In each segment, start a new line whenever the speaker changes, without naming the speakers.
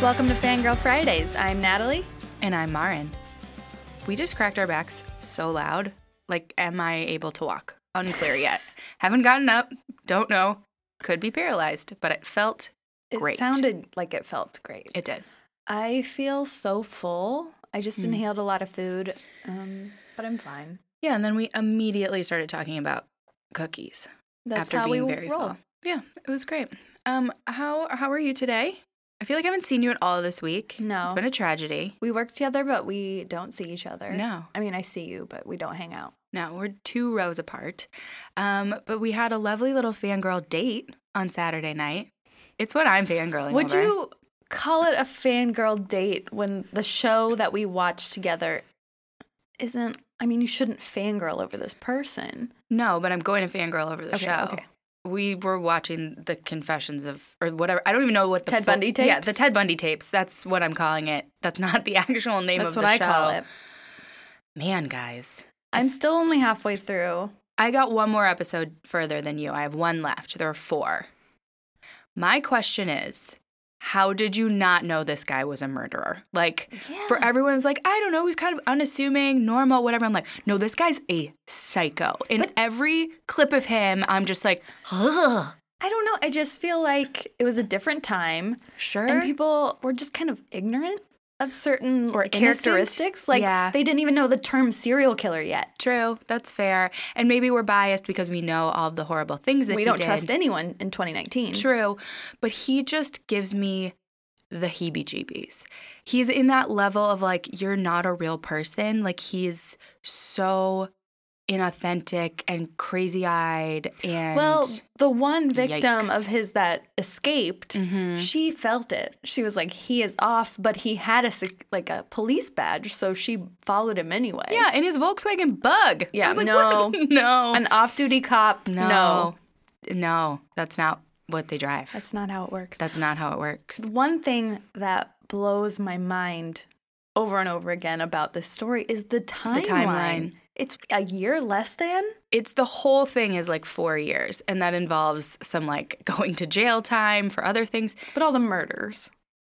Welcome to Fangirl Fridays. I'm Natalie.
And I'm Marin. We just cracked our backs so loud. Like, am I able to walk? Unclear yet. Haven't gotten up. Don't know. Could be paralyzed, but it felt
It
Great.
sounded like it felt great.
it did.
I feel so full. I just
Mm.
inhaled a lot of food, um, but I'm fine.
Yeah, and then we immediately started talking about cookies
That's
after
how
being
we
very
roll.
full. Yeah, it was great. Um, how how are you today? I feel like I haven't seen you at all this week.
No.
It's been a tragedy.
We work together, but we don't see each other.
No.
I mean, I see you, but we don't hang out.
No, we're two rows apart. Um, but we had a lovely little fangirl date on Saturday night. It's what I'm fangirling
Would
over.
you call it a fangirl date when the show that we watch together isn't? I mean, you shouldn't fangirl over this person.
No, but I'm going to fangirl over the
Okay,
show.
okay.
We were watching the Confessions of or whatever. I don't even know what the
Ted
full-
Bundy
Yeah,
tapes?
the Ted Bundy tapes. That's what I'm calling it. That's not the actual name
That's
of
what
the
I
show.
call it.
Man, guys,
I'm still only halfway through.
I got one more episode further than you. I have one left. There are four. My question is, how did you not know this guy was a murderer? Like, for everyone's like, I don't know, he's kind of unassuming, normal, whatever. I'm like, no, this guy's a psycho. In
But-
every clip of him, I'm just like, ugh.
I don't know. I just feel like it was a different time,
Sure.
and people were just kind of ignorant of certain
Or
like, characteristics.
innocent?
Like
Yeah.
they didn't even know the term serial killer yet.
True, that's fair. And maybe we're biased because we know all the horrible things that
we
he
don't
did.
trust anyone in 2019.
True, but he just gives me the heebie-jeebies. He's in that level of like you're not a real person. Like he's so inauthentic and crazy-eyed and
Well, the one victim
Yikes. Mm-hmm.
of his that escaped, she felt it. She was like, "He is off," but he had a sec- like a police badge, so she followed him anyway.
yeah, in his Volkswagen Bug.
Yeah,
I was like,
no.
what? no,
an off-duty cop. No.
no, no. That's not what they drive. That's,
that's not how it works.
not how it works.
One thing that blows my mind over and over again about this story is the timeline.
timeline.
It's a year less than.
It's the whole thing is like four years, and that involves some like going to jail time for other things.
But all the murders.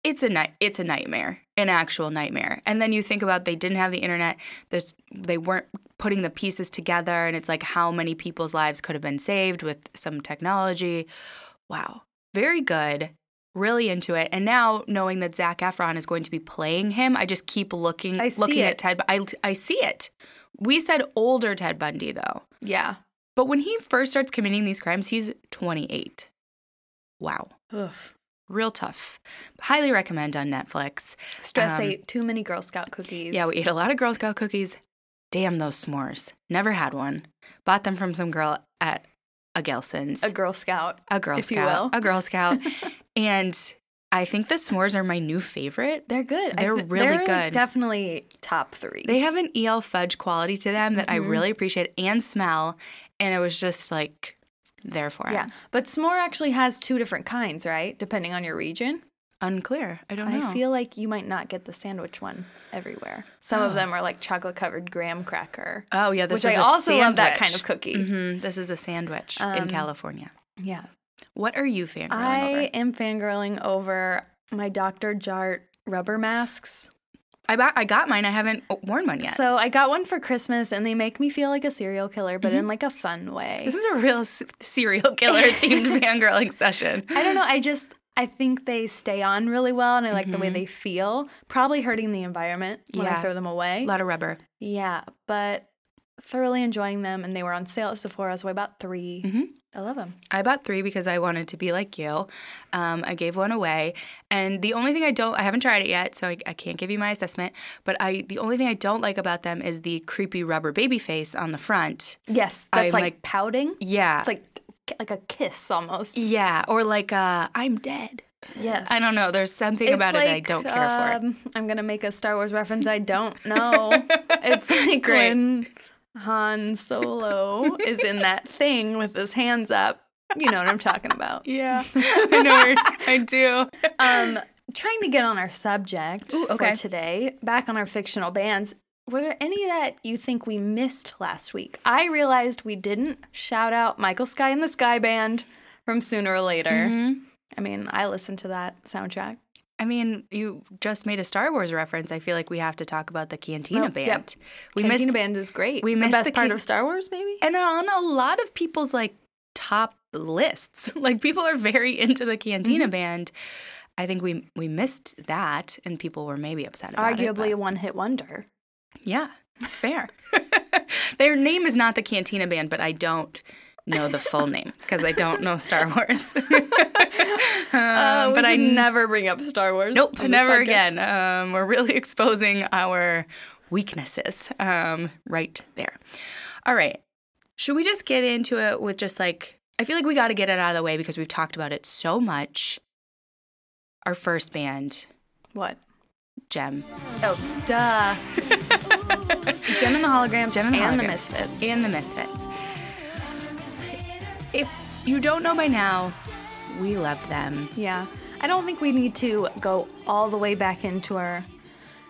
it's a night it's a nightmare an actual nightmare and then you think about they didn't have the internet there's they weren't putting the pieces together and it's like how many people's lives could have been saved with some technology wow very good really into it and now knowing that zach efron is going to be playing him i just keep looking
I see
looking
it.
at ted Bu- I, I see it we said older ted bundy though
Yeah.
but when he first starts committing these crimes he's 28 wow
Ugh.
real tough highly recommend on netflix
Stress
Um,
ate too many Girl Scout cookies.
Yeah, we ate a lot of Girl Scout cookies. Damn those s'mores. Never had one. Bought them from some girl at a Gelson's.
a Girl Scout.
A Girl
if you
Scout.
will.
A Girl Scout. and I think the s'mores are my new favorite.
They're good. I
They're
th-
really
they're like,
good.
definitely top three.
They have an EL fudge quality to them that I
Mhm.
really appreciate and smell. And it was just like there for
yeah,
it.
but s'more actually has two different kinds, right? Depending on your region.
Unclear. I don't know.
I feel like you might not get the sandwich one everywhere. Some of
Oh.
them are like chocolate covered graham cracker.
Oh yeah, this
which
is
I
a
also love that
sandwich.
kind of cookie.
Mhm, This is a sandwich in
Um,
California.
Yeah.
What are you fangirling
I
over?
am fangirling over my Dr. Jart rubber masks.
I, bought, I got mine. I haven't worn one yet.
So I got one for Christmas and they make me feel like a serial killer, but in like a fun way.
This is a real s- serial killer themed fangirling session.
I don't know. I just, I think they stay on really well and I like the way they feel. Probably hurting the environment when I
Yeah.
throw them away.
A lot of rubber.
yeah, but thoroughly enjoying them and they were on sale at Sephora, so I bought 3
Mhm.
I love them.
I bought three because I wanted to be like you. Um, I gave one away, and the only thing I don't, I haven't tried it yet, so I, I can't give you my assessment. But I, the only thing I don't like about them is the creepy rubber baby face on the front.
Yes,
I'm,
that's like,
like-
pouting.
Yeah,
It's like like a kiss almost.
yeah, or like uh, I'm dead.
Yes.
I don't know. There's something about it I don't care for.
um, I'm gonna make a Star Wars reference. I don't know. it's like
Great.
when Han Solo is in that thing with his hands up. You know what I'm talking about.
Yeah, I know. I do.
Um, trying to get on our subject
Ooh, okay.
for today. Back on our fictional bands. Were there any that you think we missed last week? I realized we didn't shout out Michael Sky and the
Mm-hmm.
Sky Band from Sooner or Later. I mean, I listened to that soundtrack.
I mean, you just made a Star Wars reference. I feel like we have to talk about the Cantina
Oh,
Band.
yep.
We
Cantina
missed,
Band is great.
we
the
missed
best
the
part
can-
of Star Wars, maybe.
and on a lot of people's like top lists. Like people are very into the
Mm-hmm.
Cantina Band. I think we we missed that, and people were maybe upset about it.
Arguably
but-
a one-hit wonder.
Yeah, fair. Their name is not the Cantina Band, but I don't know the full name because I don't know Star Wars. Um,
but
but I
I
never,
never bring up Star Wars.
nope, never again. Um, we're really exposing our weaknesses um, right there. All right, should we just get into it with just like I feel like we got to get it out of the way because we've talked about it so much. Our first band,
What?
Gem,
Oh, duh. Gem and the Holograms
Gem and the
and the
Holograms.
Misfits.
and the Misfits. If you don't know by now, we love them.
yeah, I don't think we need to go all the way back into our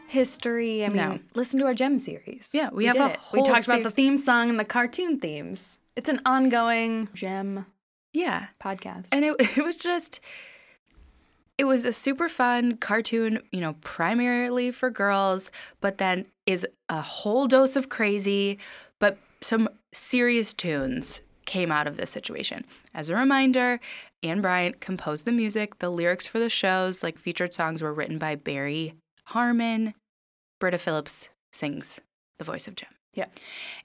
history. I mean,
No.
listen to our Gem series.
Yeah, we have
did
a
it. We
whole
talked about the
series-
theme song and the cartoon themes. It's an ongoing Gem
Yeah.
podcast.
And it, it was just, it was a super fun cartoon, you know, primarily for girls, but then is a whole dose of crazy, but some serious tunes came out of this situation. As a reminder, Anne Bryant composed the music. The lyrics for the shows, like featured songs, were written by Barry Harmon. Britta Phillips sings the voice of Jim.
yeah.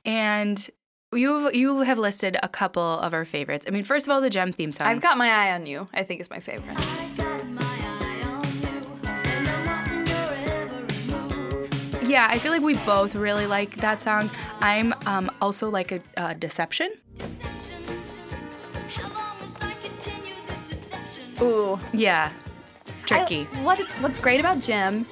And you you have listed a couple of our favorites. I mean, first of all, the Gem theme song.
I've got my eye on you. I think is my favorite.
yeah, I feel like we both really like that song. I'm um, also like a uh, Deception.
Ooh,
Yeah, tricky.
I- what it's, what's great about Jim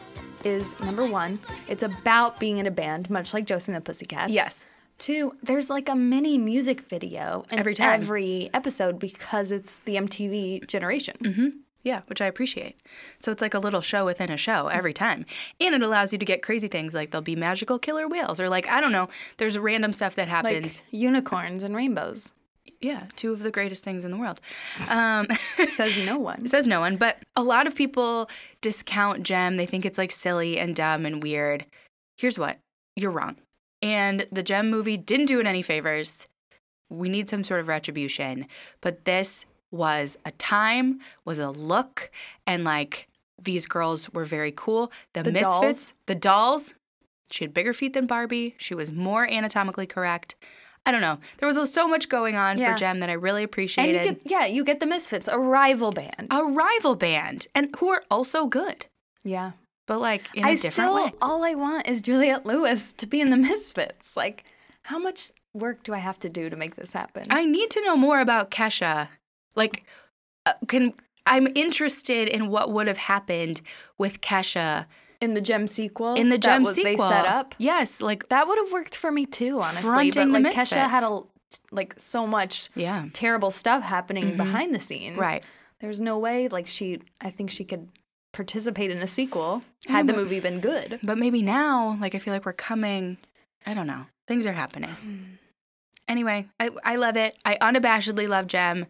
is number one, it's about being in a band, much like Josie and the Pussycats.
Yes.
Two, there's like a mini music video in
Every time.
every episode because it's the MTV generation.
Mm-hmm. yeah, which I appreciate. So it's like a little show within a show every time. And it allows you to get crazy things like there'll be magical killer whales or like I don't know, there's random stuff that
Like
happens.
unicorns and rainbows.
yeah, two of the greatest things in the world. Um
Says no one.
says no one, but a lot of people discount Gem. They think it's like silly and dumb and weird. Here's what you're wrong. And the Gem movie didn't do it any favors. We need some sort of retribution. But this was a time, was a look, and like these girls were very cool. The,
The
Misfits,
dolls.
the dolls, she had bigger feet than Barbie. She was more anatomically correct. I don't know. There was so much going on
Yeah.
for Gem that I really
And
appreciated Oh,
you get, yeah, you get the Misfits, a rival band.
a rival band and who are also good,
yeah.
but like in a
I
different
still,
way.
all I want is Juliette Lewis to be in the Misfits. Like, how much work do I have to do to make this happen?
I need to know more about Kesha. Like, uh, can I'm interested in what would have happened with Kesha
in the Gem sequel.
in the
Oh, that
Gem
was-
sequel.
They set up.
yes, like
That would have worked for me too, honestly.
Fronting the
but like Kesha
Misfits.
had a like so much
yeah,
terrible stuff happening behind the scenes.
Right.
There's no way like she I think she could participate in a sequel had the movie been good.
but maybe now, like I feel like we're coming. I don't know. Things are
Hmm.
happening. Anyway, I, I love it. I unabashedly love Gem.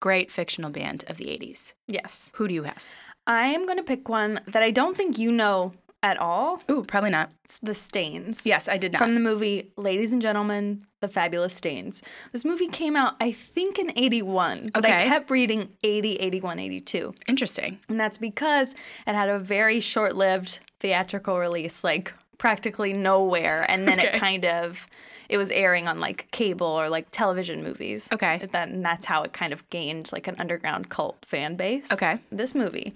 Great fictional band of the 80s.
Yes.
Who do you have?
I am going to pick one that I don't think you know at all.
Ooh, probably not.
It's The Stains.
Yes, I did not.
From the movie Ladies and Gentlemen, The Fabulous Stains. This movie came out, I think, in 81, but I
Okay.
kept reading 80, 81, 82.
Interesting.
And that's because it had a very short lived theatrical release, like practically nowhere. And then
Okay.
it kind of it was airing on like cable or like television movies.
Okay.
It- That, and that's how it kind of gained like an underground cult fan base.
Okay.
This movie.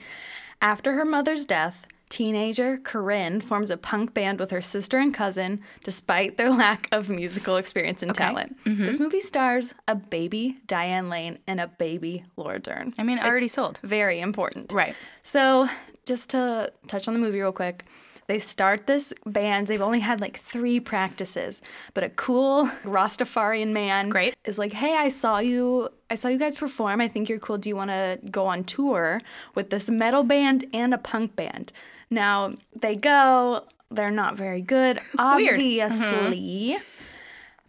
After her mother's death, teenager Corinne forms a punk band with her sister and cousin, despite their lack of musical experience and talent.
Mm-hmm.
This movie stars a baby Diane Lane and a baby Laura Dern.
I mean, already sold.
Very important.
Right.
So, just to touch on the movie real quick, they start this band. They've only had like three practices, but a cool Rastafarian man
Great.
is like, "Hey, I saw you. I saw you guys perform. I think you're cool. Do you want to go on tour with this metal band and a punk band?" Now they go. They're not very good,
Weird. Mm-hmm.
obviously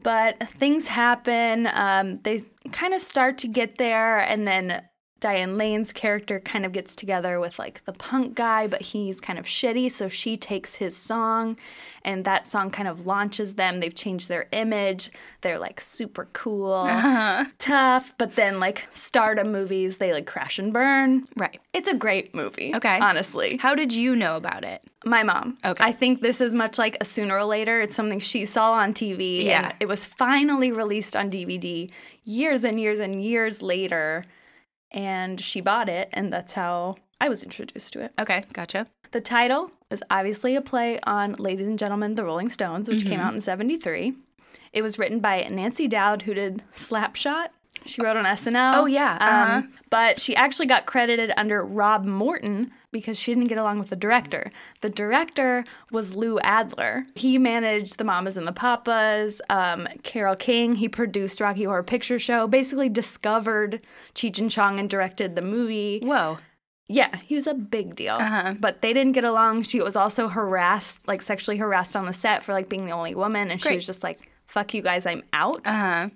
but things happen. Um, they kind of start to get there, and then Diane Lane's character kind of gets together with like the punk guy, but he's kind of shitty, so she takes his song, and that song kind of launches them. They've changed their image. They're like super cool, Uh-huh. tough, but then like stardom movies, they like crash and burn.
Right.
It's a great movie.
Okay.
Honestly.
How did you know about it?
My mom.
Okay.
I think this is much like a sooner or later. It's something she saw on TV. and
Yeah.
it was finally released on DVD years and years and years later. And she bought it, and that's how I was introduced to it.
Okay, gotcha.
The title is obviously a play on Ladies and Gentlemen, the Rolling Stones, which
Mm-hmm.
came out in 73. It was written by Nancy Dowd, who did Slapshot. She wrote on SNL.
Oh, yeah, uh-huh.
Um, but she actually got credited under Rob Morton because she didn't get along with the director. The director was Lou Adler. He managed The Mamas and the Papas, um, Carol King. He produced Rocky Horror Picture Show, basically discovered Cheech and Chong and directed the movie.
Whoa.
Yeah, he was a big deal.
Uh-huh.
But they didn't get along. She was also harassed, like sexually harassed on the set for like being the only woman. And she
Great.
was just like, fuck you guys, I'm out.
Uh-huh.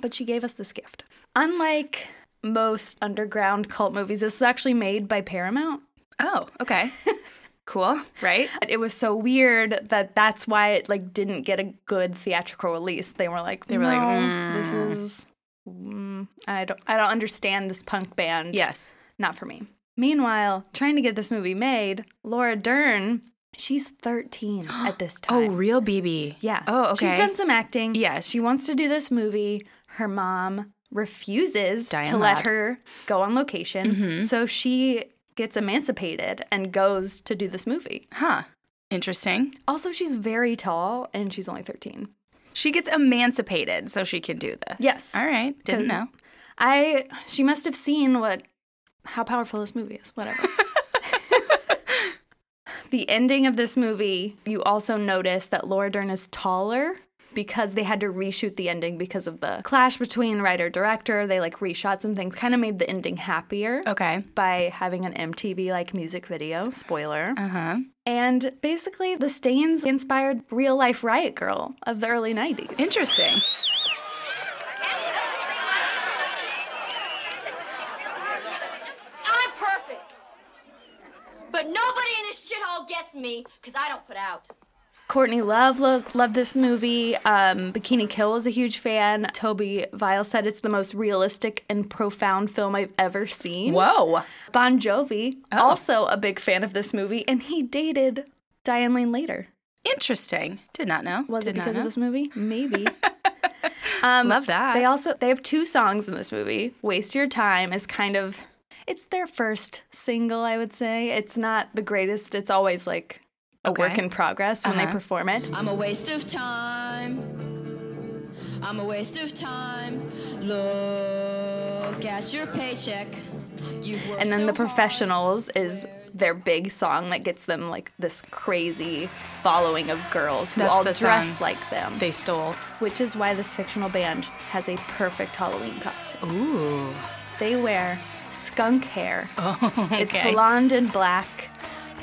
But she gave us this gift. Unlike most underground cult movies, this was actually made by Paramount.
Oh, okay. cool, right?
It was so weird that that's why it like didn't get a good theatrical release. They were like,
were
no,
like,
this is, mm, I don't, I don't understand this punk band.
Yes.
not for me. Meanwhile, trying to get this movie made, Laura Dern, she's 13 at this
Oh,
time.
real BB.
yeah.
Oh, okay.
She's done some acting.
Yes.
She wants to do this movie. Her mom refuses
Diane
to let
Ladd. Mm-hmm.
her go on location. So she gets emancipated and goes to do this movie.
Huh. Interesting.
Also, she's very tall and she's only 13.
She gets emancipated so she can do this.
Yes.
All right. Didn't know.
I she must have seen what how powerful this movie is. Whatever. the ending of this movie, you also notice that Laura Dern is taller because they had to reshoot the ending because of the clash between writer director. They like reshot some things, kind of made the ending happier.
Okay.
By having an MTV like music video, spoiler.
Uh huh.
And basically, the Stains inspired real life Riot Girl of the early 90s.
Interesting.
I'm perfect. But nobody in this shithole gets me because I don't put out.
Courtney Love loved, loved this movie. Um, Bikini Kill was a huge fan. Toby Vile said it's the most realistic and profound film I've ever seen.
Whoa.
Bon Jovi,
Oh.
also a big fan of this movie, and he dated Diane Lane later.
Interesting. Did not know.
Was
Did
it because of
not know.
this movie? Maybe.
Love that.
They also they have two songs in this movie. Waste Your Time is kind of it's their first single, I would say. It's not the greatest. It's always like a work
Okay. Uh-huh.
in progress when they perform it.
I'm a waste of time. I'm a waste of time. Look at your paycheck. You've worked
and then
so
the
hard.
professionals is their big song that gets them like this crazy following of girls who
That's
all
the
dress
song
like them
they stole.
which is why this fictional band has a perfect halloween costume
Ooh.
they wear skunk hair
Oh.
it's
okay.
blonde and black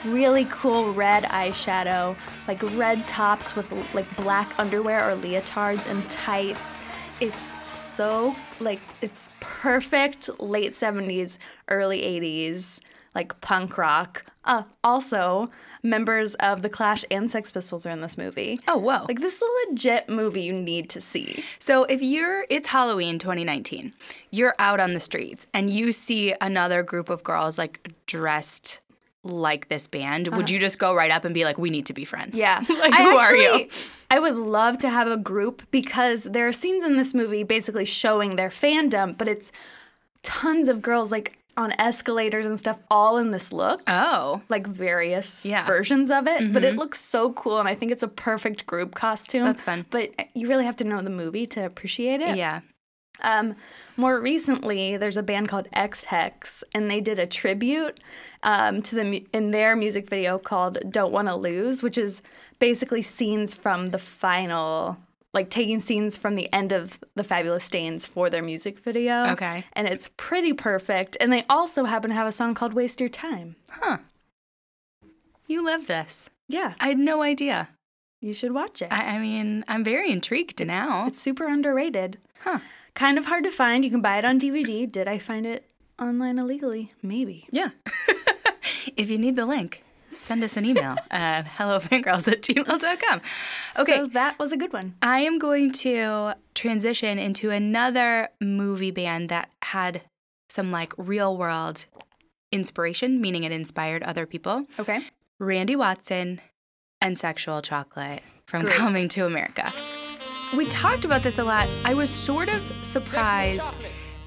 really cool red eyeshadow like red tops with like black underwear or leotards and tights it's so like it's perfect late 70s early 80s like punk rock uh, also members of the clash and sex pistols are in this movie
Oh, whoa.
like this is a legit movie you need to see
So if you're it's Halloween 2019, you're out on the streets and you see another group of girls like dressed like this band, would you just go right up and be like, "We need to be friends"?
Uh-huh. Yeah.
like, who are you?
actually- I would love to have a group because there are scenes in this movie basically showing their fandom, but it's tons of girls like on escalators and stuff all in this look.
Oh,
like various
Yeah. Mm-hmm.
versions of it, but it looks so cool, and I think it's a perfect group costume.
That's fun.
But you really have to know the movie to appreciate it.
yeah.
Um, more recently, there's a band called X Hex, and they did a tribute um, to the mu- in their music video called "Don't Want to Lose," which is basically scenes from the final, like taking scenes from the end of the Fabulous Stains for their music video.
Okay.
and it's pretty perfect. And they also happen to have a song called "Waste Your Time."
You love this.
Yeah,
I had no idea.
you should watch it.
I, I mean, I'm very intrigued now.
It's super underrated.
Huh.
Kind of hard to find. You can buy it on DVD. Did I find it online illegally, maybe.
Yeah. if you need the link, send us an email at hellofangirls at gmail.com. Okay.
So that was a good one.
I am going to transition into another movie band that had some like real world inspiration, meaning it inspired other people.
Okay.
Randy Watson and Sexual Chocolate from
Great.
Coming to America. We talked about this a lot. I was sort of surprised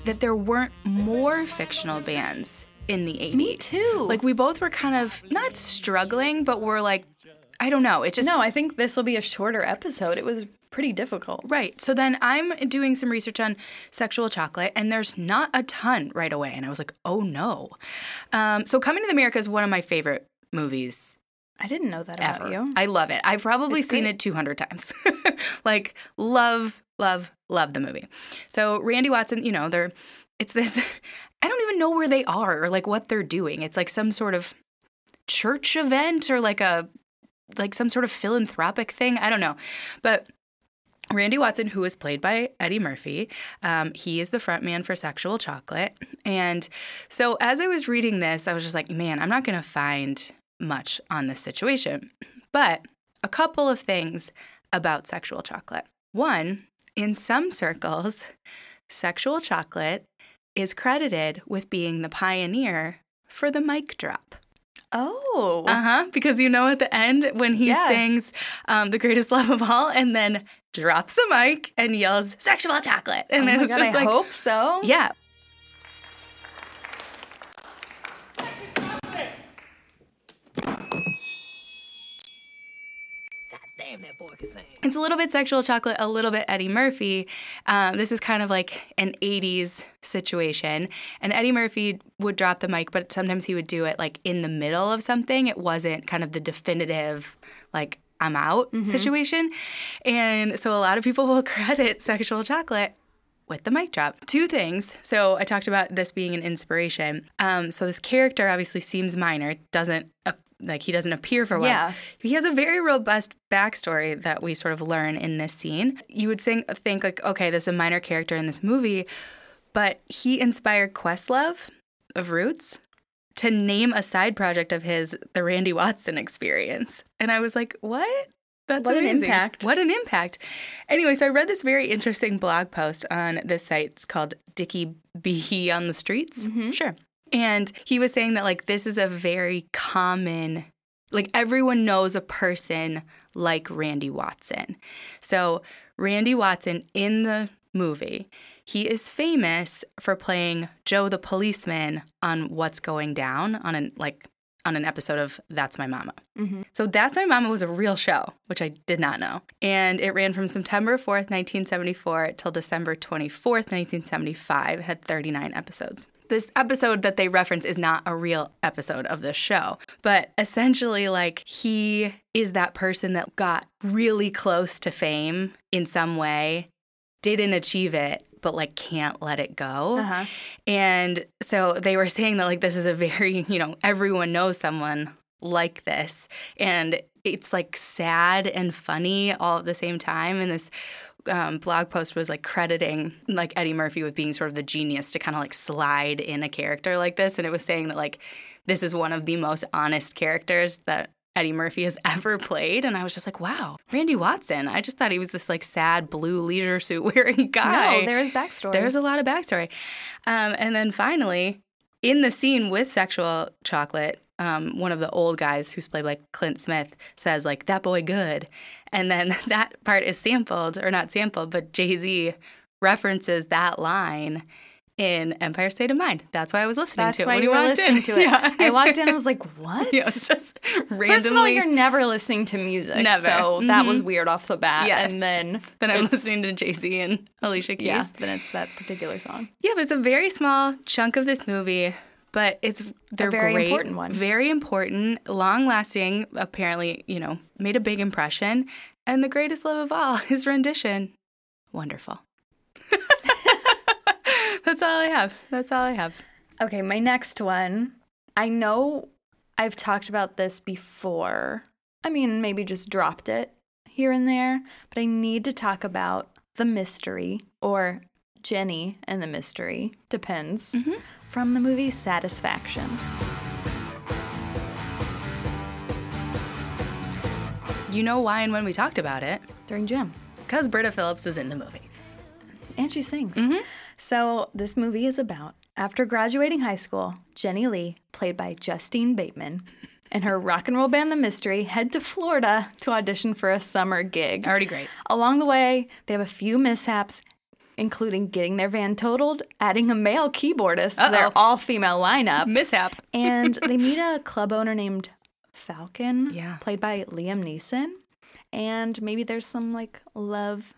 that there weren't more fictional bands in the 80s.
Me too.
Like we both were kind of not struggling, but we're like I don't know. It just
No, I think this will be a shorter episode. It was pretty difficult.
Right. So then I'm doing some research on sexual chocolate, and there's not a ton right away. And I was like, oh no. Um, so Coming to America is one of my favorite movies
I didn't know that
ever.
about you.
I love it. I've probably
It's
seen
great.
it 200 times. like, love, love, love the movie. So Randy Watson, you know, they're, it's this, I don't even know where they are or like what they're doing. It's like some sort of church event or like a, like some sort of philanthropic thing. I don't know. But Randy Watson, who is played by Eddie Murphy, um, he is the frontman for Sexual Chocolate. And so as I was reading this, I was just like, man, I'm not going to find much on this situation. But a couple of things about Sexual Chocolate. One, in some circles, Sexual Chocolate is credited with being the pioneer for the mic drop.
oh.
Uh huh. Because you know, at the end, when he
Yeah.
sings um, "The Greatest Love of All" and then drops the mic and yells "Sexual Chocolate," and
oh
I
my
was
God,
just
I
like,
hope so.
"Yeah,
Damn, that boy can sing.
it's a little bit Sexual Chocolate, a little bit Eddie Murphy." Um, this is kind of like an '80s situation, and Eddie Murphy would drop the mic, but sometimes he would do it like in the middle of something. It wasn't kind of the definitive like. I'm out situation. And so a lot of people will credit sexual chocolate with the mic drop. Two things. So I talked about this being an inspiration. Um, so this character obviously seems minor, doesn't ap- like he doesn't appear for a while.
Yeah.
He has a very robust backstory that we sort of learn in this scene. You would think, think like, okay, this is a minor character in this movie, but he inspired Questlove of Roots to name a side project of his, the Randy Watson experience. And I was like, what? That's
What an
amazing.
impact.
What an impact. Anyway, so I read this very interesting blog post on this site. It's called Dickie Behe on the Streets.
Mm-hmm.
Sure. And he was saying that, like, this is a very common, like, everyone knows a person like Randy Watson. So, Randy Watson in the movie, he is famous for playing Joe the policeman on What's Going Down on an, like, on an episode of That's My Mama. So That's My Mama was a real show, which I did not know. And it ran from September 4th, 1974 till December 24th, 1975. It had 39 episodes. This episode that they reference is not a real episode of the show, but essentially, like, he is that person that got really close to fame in some way, didn't achieve it, but like can't let it go.
Uh-huh.
And so they were saying that like this is a very, you know, everyone knows someone like this. And it's like sad and funny all at the same time. And this um, blog post was like crediting like Eddie Murphy with being sort of the genius to kind of like slide in a character like this. And it was saying that like this is one of the most honest characters that Eddie Murphy has ever played. And I was just like, wow, Randy Watson. I just thought he was this like sad blue leisure suit wearing guy.
No, there is backstory.
There's a lot of backstory. Um, and then finally, in the scene with sexual chocolate, um, one of the old guys who's played like Clint Smith says like that boy good, and then that part is sampled or not sampled, but Jay Z references that line in Empire State of Mind. That's why I was listening
That's
to it.
why
when
you were
walked
listening
in.
to it.
Yeah.
I walked in and was like, what?
Yeah, it was just randomly.
First of all, you're never listening to music.
Never. Mm-hmm.
So that was weird off the bat.
Yes.
And then,
then I'm listening to Jay Z and Alicia Keys.
yeah, then it's that particular song.
Yeah, but it's a very small chunk of this movie, but it's they're
very
great,
important one.
Very important, long lasting, apparently, you know, made a big impression. And the greatest love of all, his rendition. Wonderful. That's all I have. That's all I have.
Okay, my next one. I know I've talked about this before. I mean, maybe just dropped it here and there, but I need to talk about the mystery or Jenny and the Mystery, depends, from the movie Satisfaction.
You know why and when we talked about it?
During gym.
Because Britta Phillips is in the movie.
and she sings. So this movie is about after graduating high school, Jenny Lee, played by Justine Bateman, and her rock and roll band The Mystery head to Florida to audition for a summer gig.
Already great.
Along the way, they have a few mishaps, including getting their van totaled, adding a male keyboardist to their
Uh-oh.
all-female lineup,
Mishap.
and they meet a club owner named Falcon,
Yeah.
played by Liam Neeson. And maybe there's some like love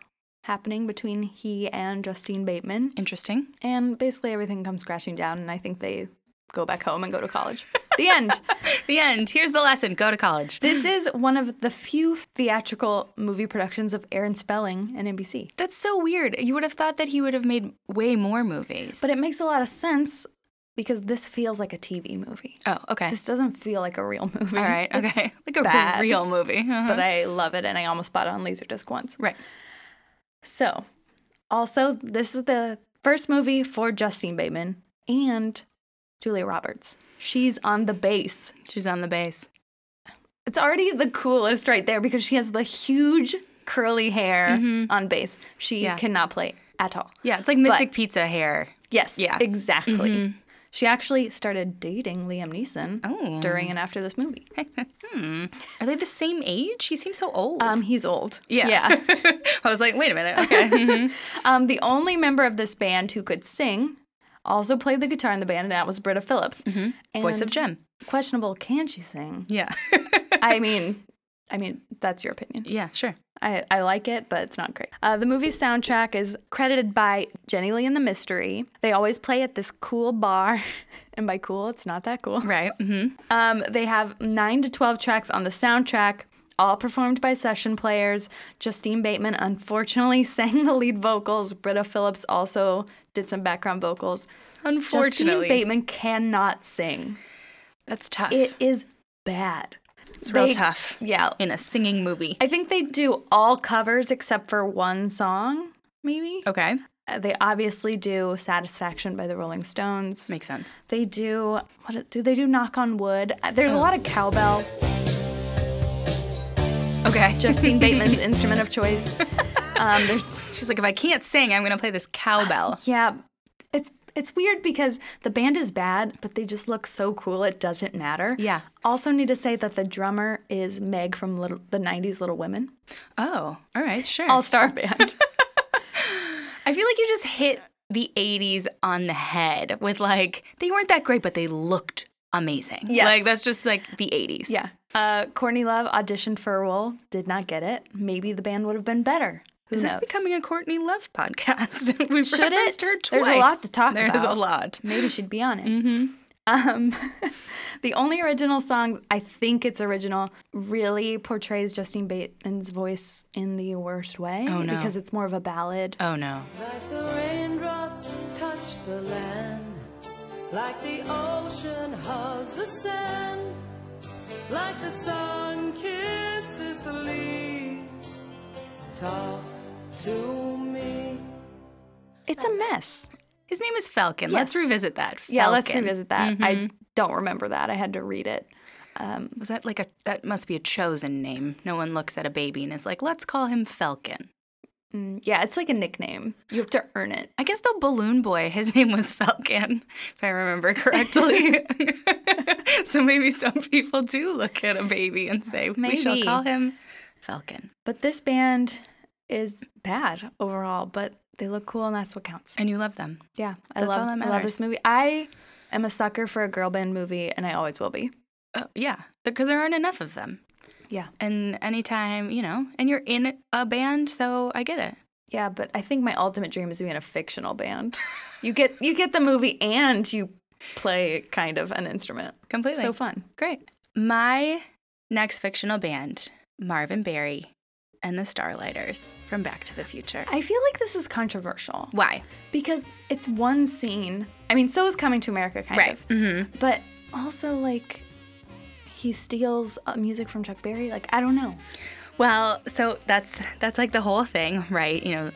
happening between he and Justine Bateman.
Interesting.
And basically everything comes crashing down, and I think they go back home and go to college. the end.
The end. Here's the lesson go to college.
This is one of the few theatrical movie productions of Aaron Spelling and NBC.
That's so weird. You would have thought that he would have made way more movies.
But it makes a lot of sense because this feels like a TV movie.
oh, okay.
This doesn't feel like a real movie.
All right. Okay. Like a
bad.
real movie. uh-huh.
But I love it, and I almost bought it on Laserdisc once.
right.
So, also, this is the first movie for Justine Bateman and Julia Roberts. She's on the bass.
She's on the base.
It's already the coolest right there because she has the huge curly hair on bass. She
Yeah.
cannot play at all.
Yeah, it's like Mystic Pizza hair.
Yes,
Yeah.
exactly. She actually started dating Liam Neeson
Oh.
during and after this movie.
Are they the same age? He seems so old.
Um, he's old.
yeah. I was like, wait a minute. Okay.
Um, the only member of this band who could sing also played the guitar in the band, and that was Britta Phillips.
Mm-hmm. Voice of
And
Jim.
Questionable, can she sing?
Yeah.
I mean, I mean, that's your opinion.
yeah, sure.
I, I like it, but it's not great. Uh, the movie's soundtrack is credited by Jenny Lee and the Mystery. They always play at this cool bar, and by cool, it's not that cool.
Right. Mm-hmm.
Um, they have nine to 12 tracks on the soundtrack, all performed by session players. Justine Bateman unfortunately sang the lead vocals. Britta Phillips also did some background vocals. Justine
Unfortunately.
Bateman cannot sing.
That's tough.
It is bad.
it's real
they-
tough
Yeah.
in a singing movie.
I think they do all covers except for one song, maybe.
okay.
Uh, They obviously do Satisfaction by the Rolling Stones.
Makes sense.
They do what do they do knock on wood? Uh, There's a lot of cowbell.
Okay.
Justine Bateman's instrument of choice. Um, there's
She's like, if I can't sing, I'm going to play this cowbell.
yeah, it's it's weird because the band is bad, but they just look so cool. It doesn't matter.
Yeah.
Also, need to say that the drummer is Meg from Little, the '90s Little Women
Oh, all right, sure.
All Star Band.
I feel like you just hit the 80s on the head with like, they weren't that great, but they looked amazing.
Yes.
Like, that's just like the 80s.
yeah. Uh, Courtney Love auditioned for a role, did not get it. Maybe the band would have been better. Who
Is this
knows?
becoming a Courtney Love podcast? We've
Should
referenced
it?
her
There's
twice.
a lot to talk
There's a
about.
lot.
Maybe she'd be on it.
Mm-hmm.
Um, the only original song, I think it's original, really portrays Justine Bateman's voice in the worst way
Oh, no.
because it's more of a ballad.
Oh, no.
Like the raindrops touch the land, like the ocean hugs the sand, like the sun kisses the leaves. Talk to me.
It's a mess.
His name is Falcon. Let's
Yes.
revisit that.
Yeah, let's
Falcon. Mm-hmm.
revisit that. I don't remember that. I had to read it.
Mm. Was that like a, that must be a chosen name. No one looks at a baby and is like, let's call him Falcon.
Mm, Yeah, it's like a nickname. You have to earn it.
I guess the balloon boy, his name was Falcon, if I remember correctly. so maybe some people do look at a baby and say, we shall
Maybe.
call him Falcon.
But this band is bad overall, but they look cool and that's what counts.
And you love them.
Yeah, I
That's
love
all that
I love
matters.
this movie. I am a sucker for a girl band movie and I always will be.
Oh, yeah, because there aren't enough of them.
Yeah.
And anytime, you know, and you're in a band, so I get it.
Yeah, but I think my ultimate dream is to be in a fictional band. You get you get the movie and you play kind of an instrument.
Completely.
So fun.
Great. My next fictional band, Marvin Berry and the Starlighters from Back to the Future.
I feel like this is controversial
Why?
because it's one scene. I mean, so is Coming to America kind
Right.
of. But also like he steals uh, music from Chuck Berry. Like I don't know.
Well, so that's that's like the whole thing, right? You know,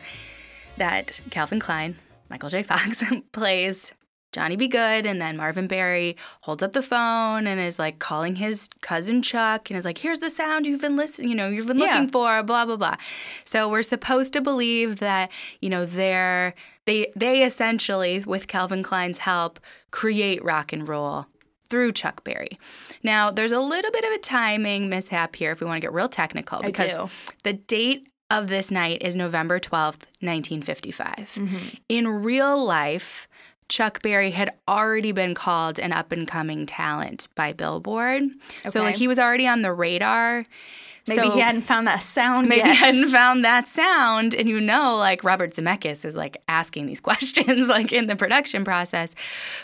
that Calvin Klein Michael J. Fox plays Johnny Be Good, and then Marvin Berry holds up the phone and is like calling his cousin Chuck and is like, "Here's the sound you've been listening, you know, you've been
Yeah.
looking for." Blah blah blah. So we're supposed to believe that you know they're they they essentially with Calvin Klein's help create rock and roll through Chuck Berry. Now there's a little bit of a timing mishap here if we want to get real technical because
do.
the date. Of this night is November 12th, 1955.
Mm-hmm.
In real life, Chuck Berry had already been called an up and coming talent by Billboard.
Okay.
So like he was already on the radar.
Maybe
So
he hadn't found that sound
maybe
yet.
hadn't found that sound and you know like Robert Zemeckis is like asking these questions like in the production process.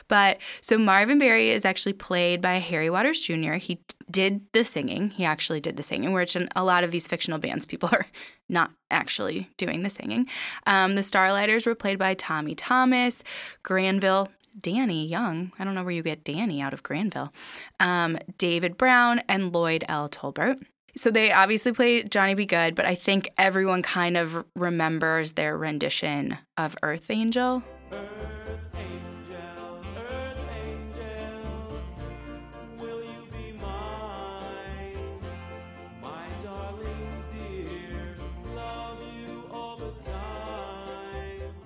But so Marvin Berry is actually played by Harry Waters Jr. He t- did the singing. He actually did the singing, which in a lot of these fictional bands people are not actually doing the singing. Um, the Starlighters were played by Tommy Thomas, Granville, Danny Young. I don't know where you get Danny out of Granville. Um, David Brown and Lloyd L. Tolbert. So they obviously play Johnny Be Good, but I think everyone kind of remembers their rendition of Earth Angel.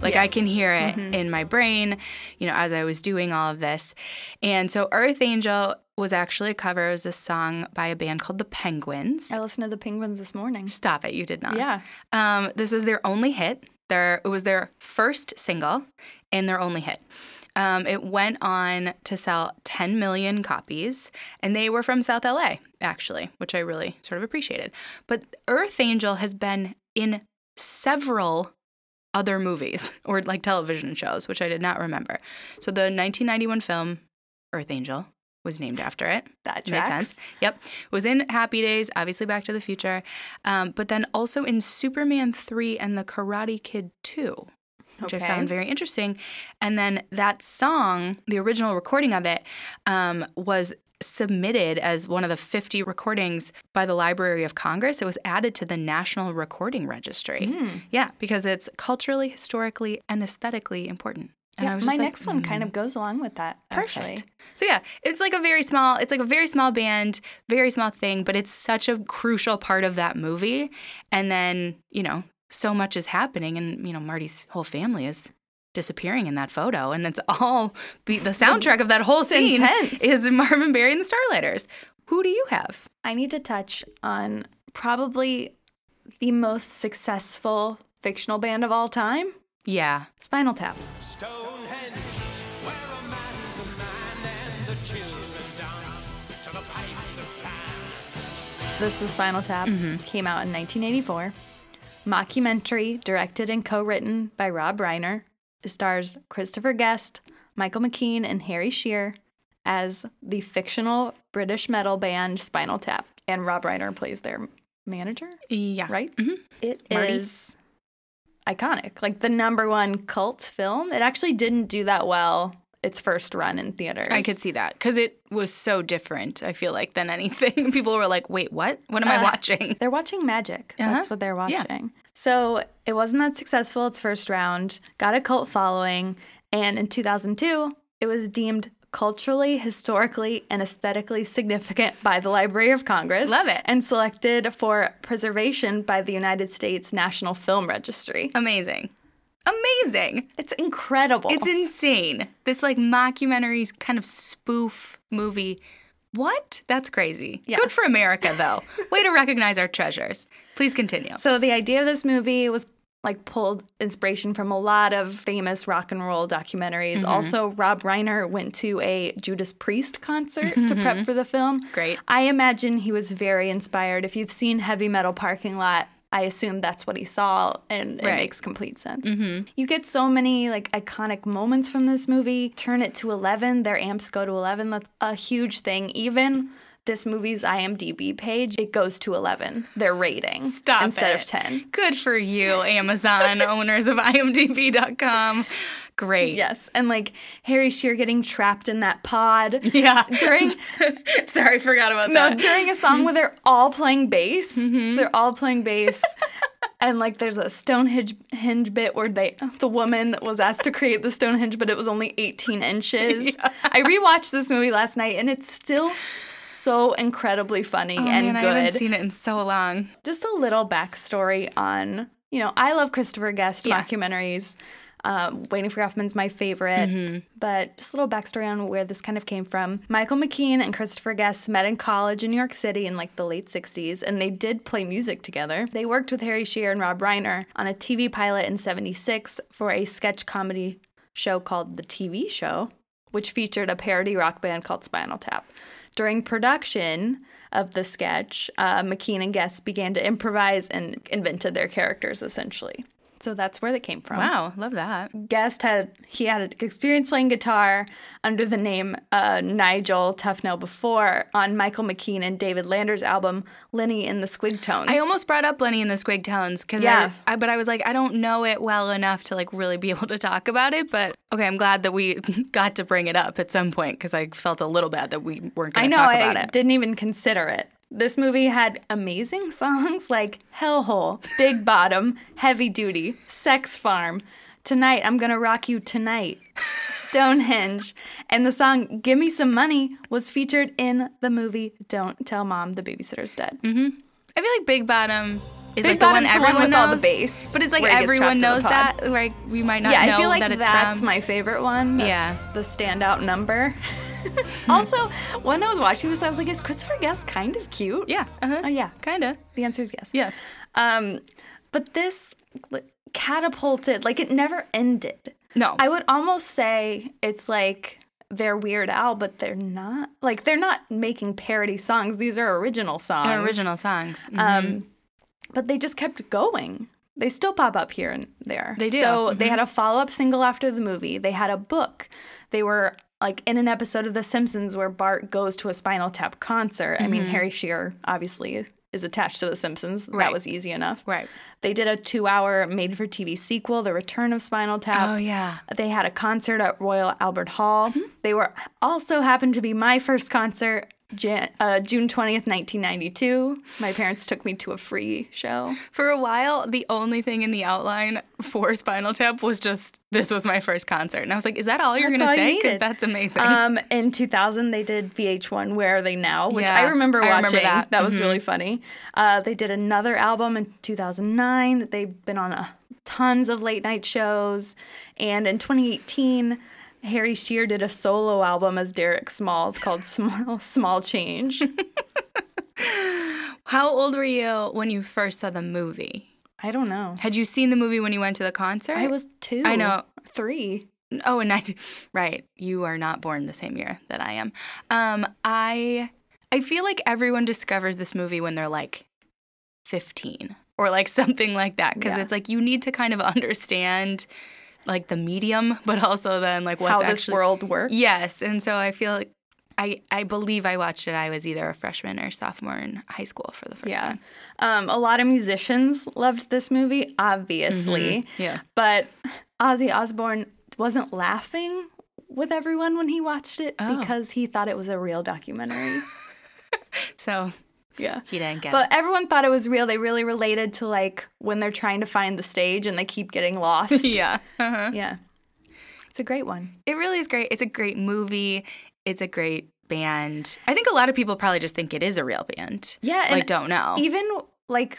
Like I can hear it in my brain, you know, as I was doing all of this. And so Earth Angel was actually a cover. It was a song by a band called the Penguins.
I listened to the Penguins this morning.
Stop it, you did not.
Yeah.
Um, this is their only hit. Their it was their first single and their only hit. Um, it went on to sell 10 million copies, and they were from South LA, actually, which I really sort of appreciated. But Earth Angel has been in several other movies or like television shows, which I did not remember. So the 1991 film Earth Angel was named after it.
That
Made
tracks.
sense. Yep. Was in Happy Days, obviously Back to the Future, um, but then also in Superman 3 and The Karate Kid 2, which I
Okay.
found very interesting. And then that song, the original recording of it, um, was submitted as one of the 50 recordings by the Library of Congress. It was added to the National Recording Registry.
Hmm.
Yeah, because it's culturally, historically, and aesthetically important. And
Yeah,
I was
my
just like,
next one kind of goes along with that.
Perfect.
Actually.
So yeah, it's like a very small, it's like a very small band, very small thing, but it's such a crucial part of that movie. And then, you know, so much is happening and, you know, Marty's whole family is disappearing in that photo and it's all be, the soundtrack of that whole scene
intense.
is Marvin Berry and the Starlighters. Who do you have?
I need to touch on probably the most successful fictional band of all time,
Yeah.
Spinal Tap.
Stonehenge, where a man's a man and the children dance to the pipes of Pan.
This is Spinal Tap. Came out in 1984. Mockumentary, directed and co-written by Rob Reiner. It stars Christopher Guest, Michael McKean, and Harry Shearer as the fictional British metal band Spinal Tap, and Rob Reiner plays their manager.
Yeah.
right? It is
Mm-hmm. Marty?
iconic, like the number one cult film. It actually didn't do that well its first run in theaters.
I could see that because it was so different, I feel like, than anything. People were like, wait, what? What am I
Uh,
watching?
They're watching Magic. That's
Uh-huh.
what they're
Yeah.
watching. So it wasn't that successful its first round, got a cult following, and in 2002, it was deemed culturally, historically, and aesthetically significant by the Library of Congress.
Love it.
And selected for preservation by the United States National Film Registry.
Oh. Amazing. Amazing.
It's incredible.
It's insane. This like mockumentary kind of spoof movie. What? That's crazy. Good for America though. Way to recognize our treasures. Please continue.
So the idea of this movie was like pulled inspiration from a lot of famous rock and roll documentaries.
Mm-hmm.
Also, Rob Reiner went to a Judas Priest concert to prep for the film.
Great.
I imagine he was very inspired. If you've seen Heavy Metal Parking Lot, I assume that's what he saw, and it
Right.
makes complete sense. You get so many like iconic moments from this movie. Turn it to eleven. Their amps go to eleven. That's a huge thing. Even this movie's IMDb page, it goes to eleven. Their rating
Stop
instead
it.
of ten.
Good for you, Amazon owners of IMDb.com. Great.
Yes. And like Harry Shearer getting trapped in that pod.
Yeah.
During
Sorry, forgot about
no,
that. Mm-hmm.
during a song where they're all playing bass. They're all playing bass. And like, there's a Stonehenge hinge bit where they, the woman was asked to create the Stonehenge, but it was only 18 inches. I rewatched this movie last night, and it's still so incredibly funny
Oh,
and
man,
good
I haven't seen it in so long.
just a little backstory on you know i love christopher guest
Yeah.
documentaries um, waiting for Goffman's my favorite,
Mm-hmm.
but just a little backstory on where this kind of came from. Michael McKean and Christopher Guest met in college in New York City in like the late 60s, and they did play music together. They worked with Harry Shearer and Rob Reiner on a TV pilot in 76 for a sketch comedy show called The TV Show, which featured a parody rock band called Spinal Tap. During production of the sketch, uh, McKean and Guest began to improvise and invented their characters essentially. So that's where they came from.
Wow, love that.
Guest had he had experience playing guitar under the name uh, Nigel Tufnell before on Michael McKean and David Lander's album Lenny and the Squigtones.
I almost brought up Lenny and the Squigtones because
Yeah.
I, I, but I was like, I don't know it well enough to like really be able to talk about it. But okay, I'm glad that we got to bring it up at some point because I felt a little bad that we weren't
I
going to
know
talk about
I
it.
didn't even consider it. This movie had amazing songs like Hellhole, Big Bottom, Heavy Duty, Sex Farm, Tonight I'm Gonna Rock You Tonight, Stonehenge, and the song Gimme Some Money was featured in the movie Don't Tell Mom the Babysitter's Dead.
I feel like Big Bottom is
Big
like the one
Bottom's the one
everyone
with
knows,
all the bass,
But it's like
where he gets
everyone
trapped in
knows
the
that.
pod.
Like we might not
yeah,
know
I feel like
that it's
that's
from.
my favorite one. That's
Yeah.
the standout number. also, when I was watching this, I was like, is Christopher Guest kind of cute?
yeah, uh-huh,
Oh, yeah.
kinda.
The answer is yes.
Yes.
Um, but this like, catapulted, like it never ended.
No.
I would almost say it's like they're Weird Al, but they're not. Like they're not making parody songs. These are original songs.
They're original songs. Mhm.
Um, but they just kept going. They still pop up here and there.
They do. Mm-hmm.
So they had a follow up single after the movie. They had a book. They were like in an episode of The Simpsons where Bart goes to a Spinal Tap concert. I mean,
Mm-hmm.
Harry Shearer obviously is attached to The Simpsons. That
Right.
was easy enough.
Right.
They did a two hour made for TV sequel, The Return of Spinal Tap.
Oh, yeah.
They had a concert at Royal Albert Hall.
Mm-hmm.
They were also happened to be my first concert. Jan- uh, June 20th, 1992. My parents took me to a free show.
For a while, the only thing in the outline for Spinal Tap was just this was my first concert, and I was like, "Is that all you're
That's
going to
all you
say? Because
needed.
that's amazing."
Um, in 2000, they did VH1 Where Are They Now, which
Yeah,
I remember
I
watching.
remember that. Mm-hmm.
that. was really funny. Uh, they did another album in 2009. They've been on a, tons of late night shows. And in 2018, Harry Shearer did a solo album as Derek Smalls called Small, Small Change.
How old were you when you first saw the movie?
I don't know.
Had you seen the movie when you went to the concert?
I was two.
I know.
Three.
Oh, and I. Right, you are not born the same year that I am. Um, I I feel like everyone discovers this movie when they're like fifteen or like something like that, because
Yeah.
it's like you need to kind of understand like the medium, but also then like what's
How
actually
this world works.
Yes, and so I feel like I I believe I watched it. I was either a freshman or sophomore in high school for the first
Yeah.
time.
Um, a lot of musicians loved this movie, obviously.
Mm-hmm. Yeah.
But Ozzy Osbourne wasn't laughing with everyone when he watched it
Oh.
because he thought it was a real documentary.
So
yeah.
he didn't get
But everyone thought it was real. They really related to like when they're trying to find the stage and they keep getting lost.
it. Yeah. Uh-huh.
Yeah. It's a great one.
It really is great. It's a great movie. It's a great band. I think a lot of people probably just think it is a real band.
Yeah, and
Like don't know.
Even like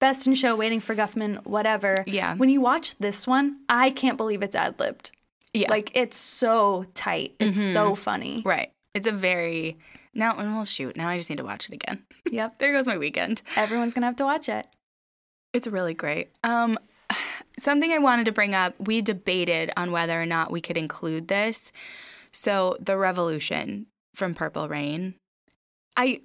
Best in Show, Waiting for Guffman, whatever.
Yeah.
When you watch this one, I can't believe it's ad libbed.
yeah.
Like it's so tight. It's so funny.
right. It's a very now and well shoot. Now I just need to watch it again.
Yep.
There goes my weekend.
Everyone's gonna have to watch it.
It's really great. Um, something I wanted to bring up we debated on whether or not we could include this. So, The Revolution from Purple Rain. I.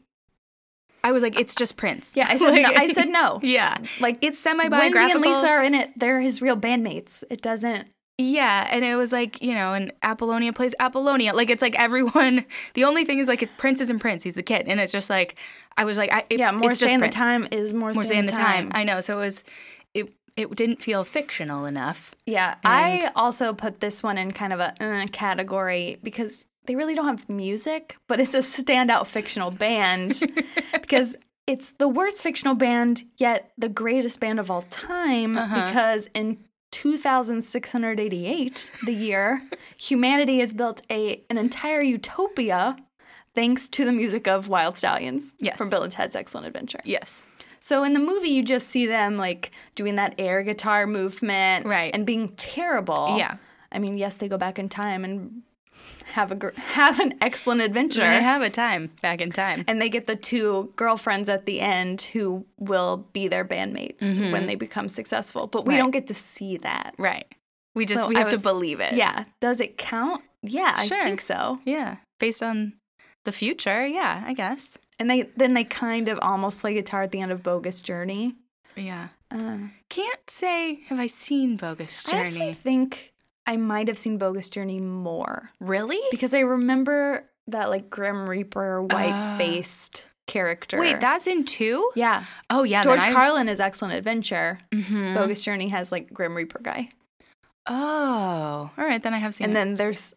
I was like, it's just Prince.
Yeah, I said no. I said no.
Yeah,
Like
it's
Wendy
semi-biographical.
and Lisa are in it. They're his real bandmates. It doesn't.
Yeah, and it was like you know, and Apollonia plays Apollonia. Like it's like everyone. The only thing is like Prince isn't Prince. He's the kid, and it's just like I was like, I, it,
Yeah, more
it's just
stay in the
Prince.
time is more,
More
stay
saying
in
the time. I know. So it was it it didn't feel fictional enough.
Yeah,
And-
I also put this one in kind of a uh, category because they really don't have music, but it's a standout fictional band because it's the worst fictional band yet the greatest band of all time
Uh-huh.
because in 2688, the year humanity has built a an entire utopia thanks to the music of Wild Stallions
Yes.
from Bill and Ted's Excellent Adventure.
Yes.
So in the movie, you just see them like doing that air guitar movement,
Right.
and being terrible.
Yeah.
I mean, yes, they go back in time and have a gr- have an excellent adventure,
They have a time back in time.
and they get the two girlfriends at the end who will be their bandmates when they become successful. But we
Mm-hmm. Right.
don't get to see that.
Right. We just
So
we
I
have to
was-
believe it.
Yeah. Does it count? Yeah,
Sure.
I think so.
Yeah. Based on the future, yeah, I guess.
And they then they kind of almost play guitar at the end of Bogus Journey.
Yeah.
Uh,
Can't say have I seen Bogus Journey.
I actually think I might have seen Bogus Journey more.
really?
because I remember that like Grim Reaper white faced character.
Wait, that's in two?
yeah.
Oh yeah.
George
then I-
Carlin is Excellent Adventure.
Mhm.
Bogus Journey has like Grim Reaper guy,
Oh. All right, then I have seen
and
it.
then there's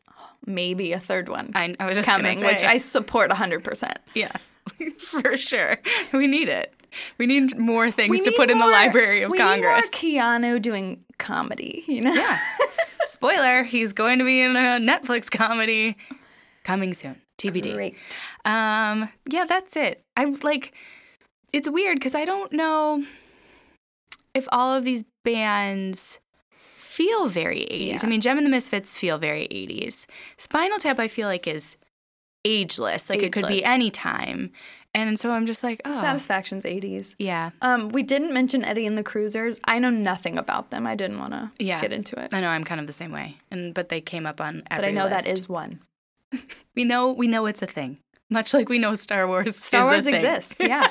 maybe a third one
I, I was just gonna
coming,
say.
which I support hundred percent.
Yeah. For sure. We need it. We need more things
We
to
need
put in the
more-
Library of
we
Congress.
Need more Keanu doing comedy, you know?
Yeah. Spoiler, he's going to be in a Netflix comedy coming soon. TBD.
Great.
Um, yeah, that's it. I like it's weird because I don't know if all of these bands feel very 80s. I mean, Gem and the Misfits feel very 80s. Spinal Tap, I feel like, is ageless. Like it could be
Ageless.
any time. And so I'm just like, oh.
Satisfaction's eighties.
yeah.
Um, we didn't mention Eddie and the Cruisers. I know nothing about them. I didn't want to
Yeah.
get into it,
I know I'm kind of the same way. And but they came up on every
but I know that
list.
is one.
We know we know it's a thing. Much like we know Star Wars.
Star
is a
Wars
thing.
exists. Yeah.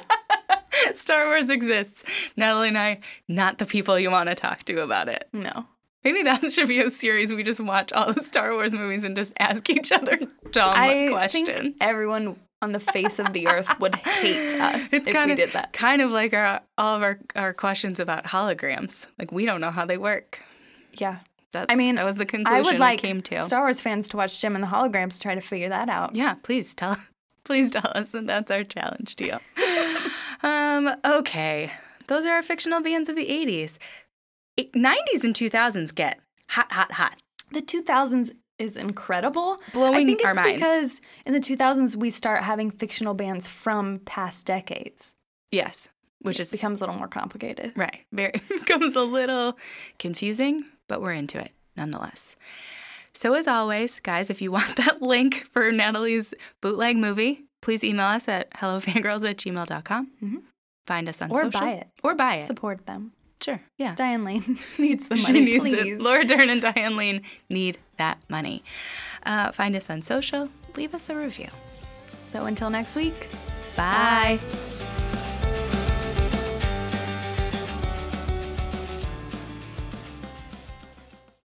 Star Wars exists. Natalie and I, not the people you want to talk to about it.
No.
Maybe that should be a series. We just watch all the Star Wars movies and just ask each other dumb
I
questions.
think everyone on the face of the earth would hate us
It's
if
kind
we
of
did that.
kind of like our all of our, our questions about holograms. Like we don't know how they work.
Yeah.
That's,
I mean,
that was the conclusion
I would like
we came to.
Star Wars fans to watch Jim and the Holograms to try to figure that out.
Yeah, please tell please tell us and that's our challenge to you. um, okay. Those are our fictional bands of the 80s. It- 90s and 2000s get hot hot hot.
The 2000s is incredible. I
Blowing
think
our
it's
minds.
because in the 2000s we start having fictional bands from past decades.
Yes, which is
It becomes a little more complicated.
right. Very becomes a little confusing, but we're into it nonetheless. So as always, guys, if you want that link for Natalie's bootleg movie, please email us at hellofangirls at gmail.com. Find us on
Mm-hmm. Or
social.
buy it.
Or buy it.
Support them.
sure. Yeah.
Diane Lane needs the
She
money,
needs
please.
it. Laura Dern and Diane Lane need that money. Uh, find us on social. Leave us a review.
So until next week.
Bye.